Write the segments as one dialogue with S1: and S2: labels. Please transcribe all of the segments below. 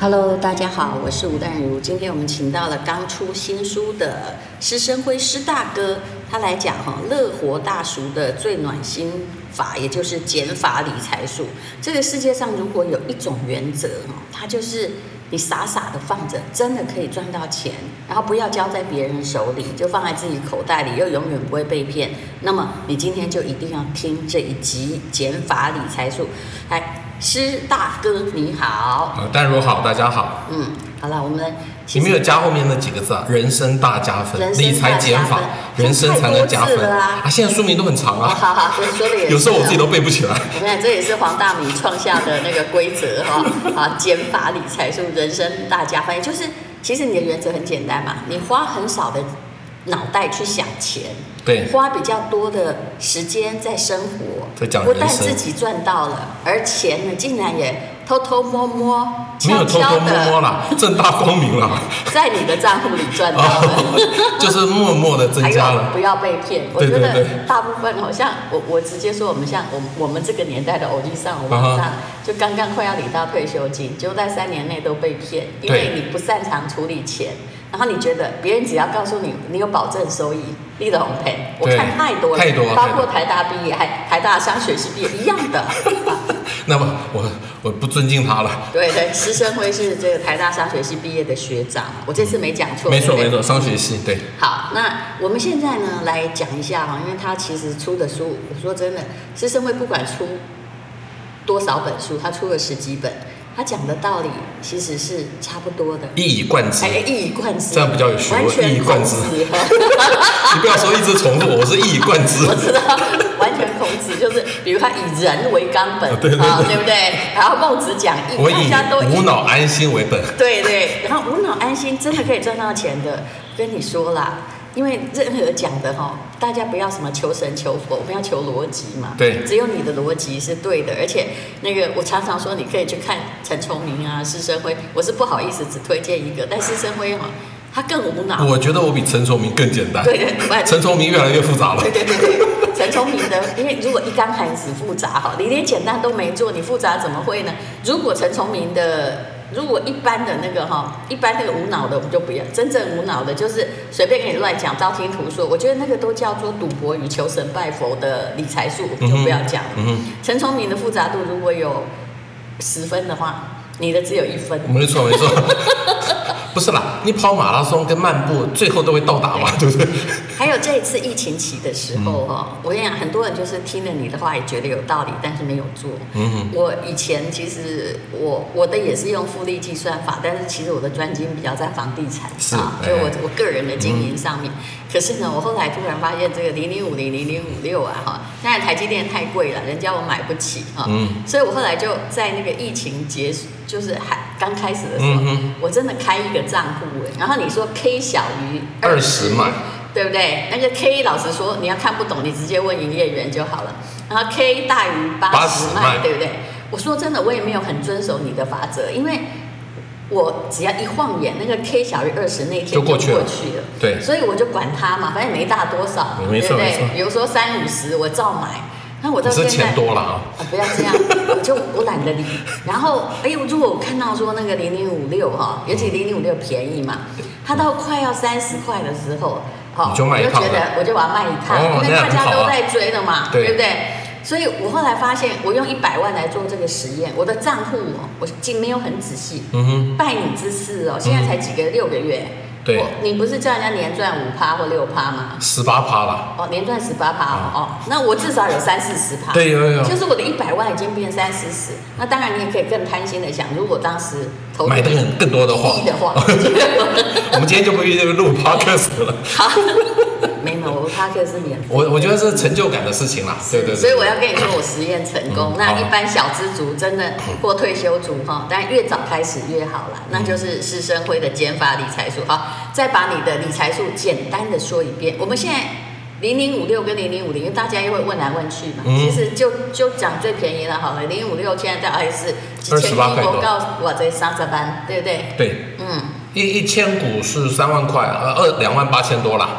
S1: Hello，大家好，我是吴淡如。今天我们请到了刚出新书的施生辉施大哥，他来讲哈、乐活大叔的最暖心法，也就是减法理财术。这个世界上如果有一种原则哈，它就是你傻傻的放着，真的可以赚到钱，然后不要交在别人手里，就放在自己口袋里，又永远不会被骗。那么你今天就一定要听这一集减法理财术。来，施大哥你好。
S2: 呃，淡如好，大家好。
S1: 嗯，好了，我们
S2: 你没有加后面那几个字啊？人生大加分
S1: 人，生
S2: 理财减法
S1: 大加，分
S2: 人生才能加
S1: 太多字
S2: 分
S1: 了啊
S2: 啊！现在书名都很长
S1: 哦，
S2: 啊，
S1: 好好，对说的也是
S2: 有时候我自己
S1: 哦。
S2: 都背不起来。
S1: 我看这也是黄大米创下的那个规则 哈、啊，减法理财术，人生大加分，也就是其实你的原则很简单嘛，你花很少的脑袋去想钱，
S2: 对，
S1: 花比较多的时间在生活，
S2: 在讲
S1: 不
S2: 人生
S1: 但自己赚到了，而钱呢，竟然也偷偷摸摸、
S2: 没
S1: 悄
S2: 有偷
S1: 悄
S2: 偷摸摸
S1: 的
S2: 啦，正大光明啦，
S1: 在你的账户里赚到了。
S2: 哦，就是默默的增
S1: 还
S2: 加
S1: 有
S2: 了。
S1: 不要被骗。我
S2: 对
S1: 觉
S2: 对
S1: 得
S2: 对
S1: 大部分好像我我直接说，我们像我们我们这个年代的偶遇上，我
S2: 啊
S1: 们
S2: 哈
S1: 上就刚刚快要领到退休金，就在三年内都被骗，因为
S2: 对
S1: 你不擅长处理钱。然后你觉得别人只要告诉你你有保证收益，立得红赔，我
S2: 对
S1: 看太多了，
S2: 太多
S1: 包
S2: 太
S1: 括
S2: 多
S1: 台大毕业，还台大商学系毕业一样 的。啊
S2: 那么我我不尊敬他了。
S1: 对对，施生辉是这个台大商学系毕业的学长，我这次没讲错，
S2: 没错
S1: 对
S2: 没
S1: 不对
S2: 错，商学系对，
S1: 好，那我们现在呢来讲一下哈，因为他其实出的书，我说真的，师生会不管出多少本书，他出了十几本，他讲的道理其实是差不多的，
S2: 一以贯之。
S1: 哎，一以贯之，
S2: 这样比较有学问
S1: 完全
S2: 一以贯之
S1: 孔子我
S2: 你不要说一直重复，我是一以贯 之。
S1: 知道， 完全孔子就是，比如他以人为冈本啊，
S2: 对对对
S1: 不对？然后孟子讲义，
S2: 我
S1: 大家都
S2: 以无脑安心为本。
S1: 对对，然后无脑安心真的可以赚到钱的，跟你说啦，因为任何讲的哈、大家不要什么求神求佛，我们要求逻辑嘛。
S2: 对
S1: 只有你的逻辑是对的，而且那个我常常说，你可以去看陈崇明啊、施生辉，我是不好意思只推荐一个，但施生辉哈、他更无脑。
S2: 我觉得我比陈崇明更简单。
S1: 对对对
S2: 陈崇明越来越复杂了
S1: 对。对对对， 陈崇明的，因为如果一竿子很复杂哈，你连简单都没做，你复杂怎么会呢？如果陈崇明的，如果一般的那个哈，一般那个无脑的我们就不要，真正无脑的就是随便给你乱讲，道听途说，我觉得那个都叫做赌博与求神拜佛的理财术，我们就不要讲了。
S2: 嗯哼
S1: 陈崇明的复杂度如果有十分的话，你的只有一分。
S2: 没错没错， 不是啦，你跑马拉松跟漫步最后都会到达嘛， 对不对？
S1: 还有这一次疫情期的时候哦，
S2: 嗯
S1: 我跟你讲，很多人就是听了你的话也觉得有道理，但是没有做。
S2: 嗯哼
S1: 我以前其实我我的也是用复利计算法，但是其实我的专精比较在房地产
S2: 是
S1: 啊，
S2: 哎嗯
S1: 就我我个人的经营上面。可是呢，我后来突然发现这个零零五零零零五六啊哈，当然台积电太贵了，人家我买不起哈，
S2: 嗯
S1: 所以我后来就在那个疫情结束，就是还刚开始的时候，
S2: 嗯哼
S1: 我真的开一个账户哎，然后你说 K 小于
S2: 二十嘛，
S1: 对不对？那个 K 老实说，你要看不懂，你直接问营业员就好了。然后 K 大于八十
S2: 80
S1: 迈，
S2: 迈
S1: 对不对？我说真的，我也没有很遵守你的法则，因为我只要一晃眼，那个 K 小于二十那天
S2: 就过去了
S1: 去了
S2: 对
S1: 所以我就管它嘛，反正也没大多少，对
S2: 没
S1: 不
S2: 错没
S1: 对
S2: 错？
S1: 比如说三五十，我照买。那我到
S2: 你
S1: 现
S2: 是
S1: 在
S2: 钱多了啊。
S1: 啊，不要这样，我就我懒得理。然后，哎，如果我看到说那个零零五六哈，尤其零零五六便宜嘛，它到快要三十块的时候，哦，
S2: 你就
S1: 我
S2: 卖一
S1: 就
S2: 趟
S1: 觉得
S2: 了
S1: 我就把它卖一趟，
S2: 哦
S1: 因为
S2: 那
S1: 大
S2: 很
S1: 家
S2: 好啊
S1: 都在追了嘛，
S2: 对
S1: 不对？所以我后来发现，我用一百万来做这个实验，我的账户哦，我竟没有很仔细，
S2: 嗯哼，
S1: 拜你之赐哦，现在才几个六个月，
S2: 对
S1: 我你不是叫人家年赚五趴或六趴吗？
S2: 十八趴了，
S1: 哦，年赚十八趴哦，哦，那我至少有三四十趴。
S2: 对有有有
S1: 就是我的一百万已经变三四十，那当然你也可以更贪心的想，如果当时投
S2: 买的
S1: 一
S2: 更更 多的话，
S1: 亿的话，
S2: 我们今天就不一定录 podcast 了。
S1: 好，没有，我 p a r k 是免费。
S2: 我我觉得是成就感的事情啦，对对对。
S1: 所以我要跟你说，我实验成功。
S2: 嗯
S1: 那
S2: 好嗯
S1: 一般小资族真的或退休族哈，但越早开始越好啦。那就是师生辉的减法理财术。好，再把你的理财术简单的说一遍。我们现在零零五六跟零零五零，因为大家又会问来问去嘛，
S2: 嗯
S1: 其实就就讲最便宜了好了。零五六现在大概是几千一
S2: 28块多
S1: 我告诉我这三十班，对不对？
S2: 对
S1: 嗯，
S2: 一一千股是三万块，呃二两万八千多啦。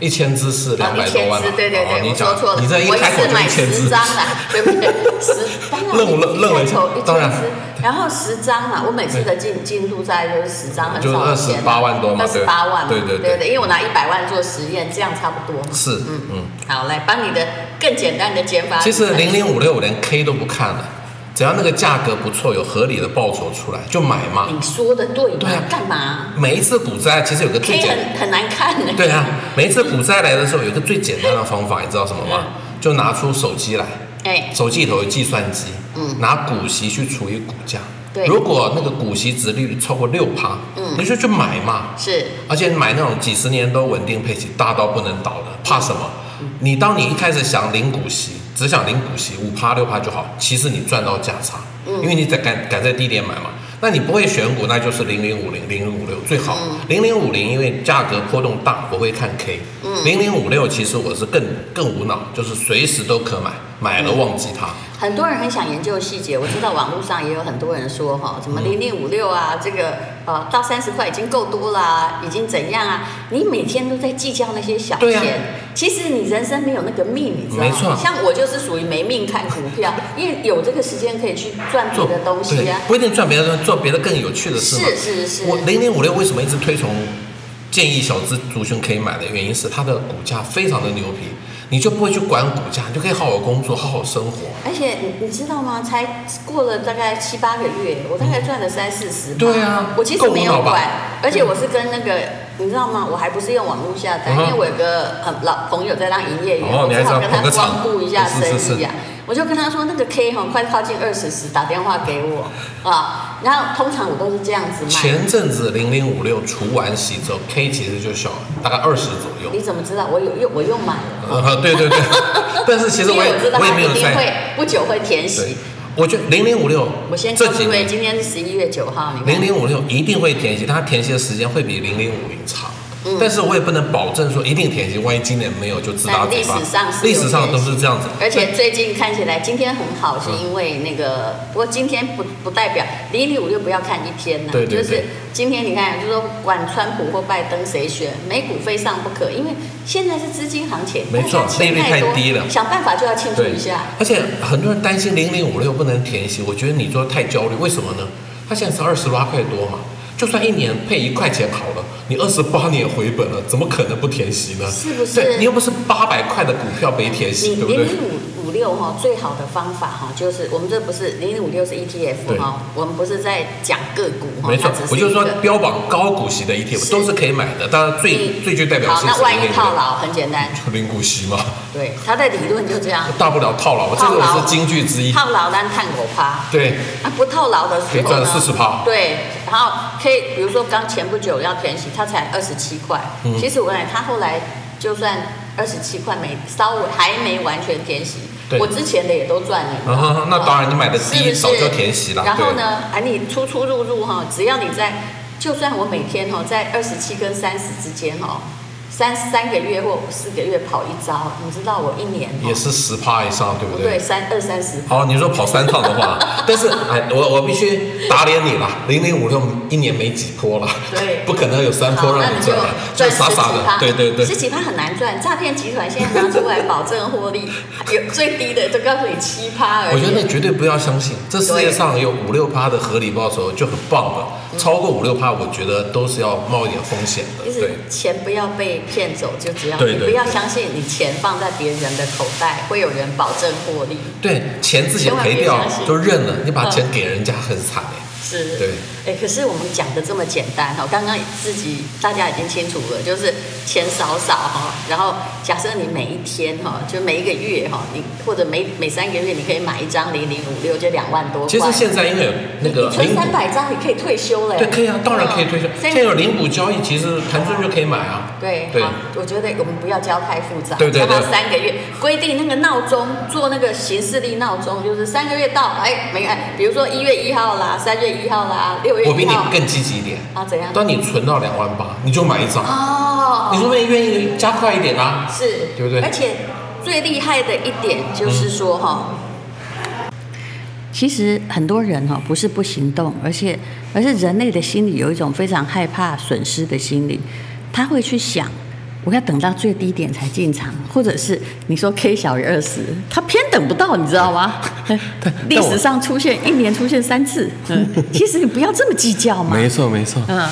S2: 一千只是两百多
S1: 啊
S2: 万嘛
S1: 一千只，对对
S2: 哦
S1: 对，
S2: 你
S1: 我说
S2: 讲
S1: 错了，
S2: 你这一
S1: 我
S2: 开口
S1: 次
S2: 就
S1: 买
S2: 一千
S1: 十
S2: 只，
S1: 张啦，对不对？十当然
S2: 愣了愣了
S1: 一
S2: 一
S1: 开
S2: 下
S1: 口一
S2: 当然
S1: 千只，然后十张啊嘛，我每次的进进度大概就是十张，很
S2: 就是
S1: 少钱嘛，
S2: 28万多嘛
S1: 二十八万嘛，
S2: 对对对
S1: 对对，因为我拿一百万做实验，这样差不多嘛。
S2: 是
S1: 嗯
S2: 嗯。
S1: 好，来帮你的更简单的减法。
S2: 其实零零五六我连 K 都不看了，只要那个价格不错，有合理的报酬出来就买嘛。
S1: 你说的对
S2: 对
S1: 吗
S2: 啊？
S1: 干嘛
S2: 每一次股灾其实有个最
S1: ？K
S2: 简，
S1: 很很难看呢。
S2: 对啊，每一次股灾来的时候有一个最简单的方法，你知道什么吗？
S1: 嗯
S2: 就拿出手机来，
S1: 哎，
S2: 手机里头有计算机，
S1: 嗯
S2: 拿股息去除以股价。
S1: 对
S2: 如果那个股息值率超过六趴，
S1: 嗯
S2: 你就去买嘛。
S1: 是
S2: 而且买那种几十年都稳定配息，大到不能倒的，怕什么？
S1: 嗯
S2: 你当你一开始想领股息，只想领股息五趴六趴就好，其实你赚到价差，
S1: 嗯
S2: 因为你在敢敢在低点买嘛。那你不会选股，那就是零零五零、零零五六最好。
S1: 嗯
S2: 零零五零因为价格波动大，我会看 K。零
S1: 嗯
S2: 零五六其实我是更更无脑，就是随时都可买，买
S1: 嗯
S2: 了忘记它。
S1: 很多人很想研究细节，我知道网络上也有很多人说哈，
S2: 嗯
S1: 什么零零五六啊，这个呃到三十块已经够多啦、已经怎样啊？你每天都在计较那些小
S2: 对啊
S1: 钱，其实你人生没有那个命，你知道吗？
S2: 没错
S1: 像我就是属于没命看股票，因为有这个时间可以去赚别
S2: 做
S1: 的东西
S2: 对
S1: 啊。
S2: 不一定赚别的东西，做别的更有趣的事嘛。
S1: 是是是，
S2: 我零零五六为什么一直推崇建议小资族群可以买的原因是它的股价非常的牛皮，你就不会去管股价，你就可以好好工作，好好生活。
S1: 而且你你知道吗？才过了大概七八个月，我大概赚了三四十吧。
S2: 对啊
S1: 我其实
S2: 够
S1: 没有
S2: 无脑吧嗯
S1: 管，而且我是跟那个。你知道吗？我还不是用网络下单，
S2: 嗯哼
S1: 因为我有个呃老朋友在当营业员，
S2: 哦
S1: 我
S2: 你
S1: 正
S2: 还
S1: 好
S2: 是
S1: 跟
S2: 要
S1: 他
S2: 捧个
S1: 光
S2: 场
S1: 顾一下生
S2: 是
S1: 意啊。
S2: 是是
S1: 我就跟他说那个 K 很快靠近二十时，打电话给我啊。然后通常我都是这样子买。
S2: 前阵子零零五六除完息之后，K 其实就小了，大概二十左右。
S1: 你怎么知道？我有用，我用买了。
S2: 呃，对对对，但是其实
S1: 因
S2: 我
S1: 为
S2: 也
S1: 我知道
S2: 我也
S1: 它
S2: 没有
S1: 一定会
S2: 在。
S1: 不久会填
S2: 对
S1: 息。，
S2: 我觉得零零五六，
S1: 我先
S2: 这
S1: 告
S2: 几
S1: 诉各位，
S2: 年
S1: 今天是十一月九号，你看
S2: 零零五六一定会填息，它填息的时间会比零零五零长。
S1: 嗯
S2: 但是我也不能保证说一定填息，万一今年没有就自打
S1: 但
S2: 嘴
S1: 历
S2: 巴。
S1: 史上是
S2: 历
S1: 有
S2: 史上
S1: 填
S2: 都是这样子，
S1: 而且最近看起来今天很好，是因为那个，不过今天不不代表零零五六不要看一天呢、
S2: 对对对
S1: 就是今天你看，就是说管川普或拜登谁选，美股非上不可，因为现在是资金行情，
S2: 没错
S1: 大家钱
S2: 利率
S1: 太
S2: 太
S1: 多
S2: 低了
S1: 想办法就要庆祝
S2: 对
S1: 一下。，
S2: 而且很多人担心零零五六不能填息，我觉得你说太焦虑，为什么呢？它现在是二十八块多嘛，就算一年配一块钱好了，你二十八年回本了，怎么可能不填息呢？
S1: 是不是
S2: 对你又不是八百块的股票没填息，
S1: 你
S2: 对
S1: 零
S2: 不对？
S1: 零五五六哈，最好的方法哈，就是我们这不是零零五六是 ETF
S2: 对
S1: 哈，我们不是在讲个股哈，
S2: 没
S1: 它
S2: 错
S1: 只，是
S2: 我就
S1: 一
S2: 说
S1: 个
S2: 标榜高股息的 ETF
S1: 是
S2: 都是可以买的，当然最
S1: 你
S2: 最具代
S1: 嗯
S2: 表
S1: 好，
S2: 性
S1: 那
S2: 是
S1: 万
S2: 零
S1: 一
S2: 零
S1: 套牢很简单，
S2: 六零股息嘛，
S1: 对，它的理论就这样。
S2: 大不了套牢，这
S1: 套
S2: 个
S1: 牢
S2: 我是金句之一。
S1: 套牢单探狗趴，
S2: 对，
S1: 啊，不套牢的时候
S2: 可以赚
S1: 呢
S2: 40%
S1: 对，然后可以，比如说刚前不久要填息，它才二十七块。
S2: 嗯
S1: 其实我跟你讲，它后来就算二十七块没稍微还没完全填息，
S2: 对
S1: 我之前的也都赚你。
S2: 嗯哼那当然你买的
S1: 是不
S2: 低
S1: 是
S2: 早就填息了。
S1: 然后
S2: 对
S1: 呢，啊，你出出入入哈，只要你在，就算我每天哈在二十七跟三十之间哈，三三个月或四个月跑一招，你知道我一年哈
S2: 也是十趴以上，对不
S1: 不
S2: 对？
S1: 哦对三二三十
S2: 好，你说跑三趟的 话，但是哎，我我必须打脸你了，零零五六一年没几波了，
S1: 对
S2: 不可能有三波
S1: 好，
S2: 让
S1: 那
S2: 你
S1: 你
S2: 赚
S1: 就
S2: 了，就
S1: 赚十
S2: 傻
S1: 几
S2: 傻
S1: 趴
S2: 的，，对对对
S1: 十，几趴很难赚。诈骗集团现在拿出来保证获利，有最低的都告诉你七趴而已。
S2: 我觉得那绝对不要相信，这世界上有五六趴的合理报酬就很棒了，
S1: 嗯
S2: 超过五六趴，我觉得都是要冒一点风险的，
S1: 就
S2: 对
S1: 是。钱不要被骗走，就只要
S2: 对
S1: 你
S2: 对
S1: 不要
S2: 对
S1: 相信你钱放在别人的口袋，会有人保证获利。
S2: 对，钱自己
S1: 千万别
S2: 赔掉
S1: 相信
S2: 就认了，你把
S1: 嗯
S2: 钱给人家很惨哎。
S1: 是，
S2: 对。
S1: 哎，可是我们讲的这么简单哈，刚刚自己大家已经清楚了，就是钱少少哈，然后假设你每一天哈，就每一个月哈，你或者每每三个月你可以买一张零零五六，就两万多块。
S2: 其实现在因为有那
S1: 你
S2: 个
S1: 你存
S2: 零股
S1: 三，百张，你可以退休嘞。
S2: 对，可以啊，当然可以退休
S1: 嗯。
S2: 现在有零股交易，其实盘中就可以买啊。
S1: 对
S2: 对
S1: 好，我觉得我们不要教太复杂，
S2: 对对
S1: 教到
S2: 对
S1: 三个月，规定那个闹钟做那个行事历闹钟，就是三个月到，哎，没哎，比如说一月一号啦，三月一号啦，六月
S2: 我比
S1: 一
S2: 你
S1: 号
S2: 更积极一点。
S1: 啊，怎样？
S2: 当你存到两万八，你就买一张，
S1: 哦，
S2: 你说不定愿意加快一点啊？
S1: 是，
S2: 对不对
S1: 而且最厉害的一点就是说哈、
S2: 嗯
S1: 其实很多人哈、不是不行动，而且而是人类的心理有一种非常害怕损失的心理，他会去想我要等到最低点才进场，或者是你说 K 小于二十，他偏等不到，你知道 吗？历史上出现一年出现三次，嗯，其实你不要这么计较嘛。
S2: 没错，没错。
S1: 嗯，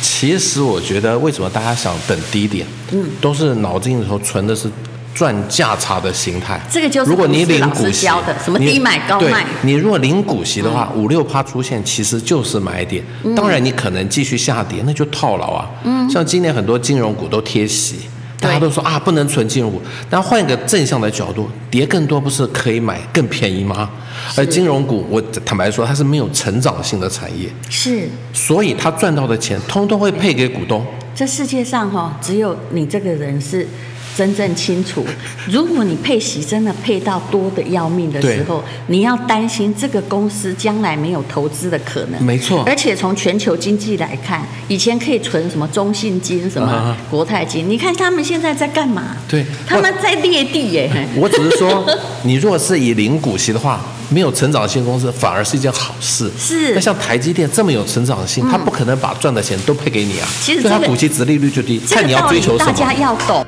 S2: 其实我觉得为什么大家想等低点，嗯，都是脑筋里头存的是赚价差的心态。
S1: 这个就是
S2: 如果你
S1: 股市
S2: 领
S1: 老
S2: 股
S1: 师
S2: 息
S1: 教的，什么
S2: 你
S1: 低买高
S2: 对
S1: 卖嗯
S2: 你如果领股息的话，五六趴出现其实就是买点。当然，你可能继续下跌，那就套牢啊。嗯，像今年很多金融股都贴息。
S1: 对
S2: 大家都说啊，不能存金融股。但换一个正向的角度，跌更多不是可以买更便宜吗？而金融股，我坦白说，它是没有成长性的产业。
S1: 是。
S2: 所以他赚到的钱通通会配给股东。
S1: 这世界上哈、只有你这个人是真正清楚。如果你配息真的配到多的要命的时候，你要担心这个公司将来没有投资的可能。
S2: 没错
S1: 而且从全球经济来看，以前可以存什么中信金、什么
S2: 啊
S1: 国泰金，你看他们现在在干嘛？
S2: 对
S1: 他们在裂地耶。
S2: 我只 是说，你如果是以零股息的话，没有成长性公司反而是一件好事。
S1: 是
S2: 那像台积电这么有成长性，它不可能把赚的钱都配给你啊，
S1: 其实
S2: 所以它
S1: 这个
S2: 股息值利率就低，
S1: 这
S2: 看
S1: 个
S2: 你要
S1: 道
S2: 追
S1: 理
S2: 求什
S1: 大
S2: 么
S1: 家。要懂。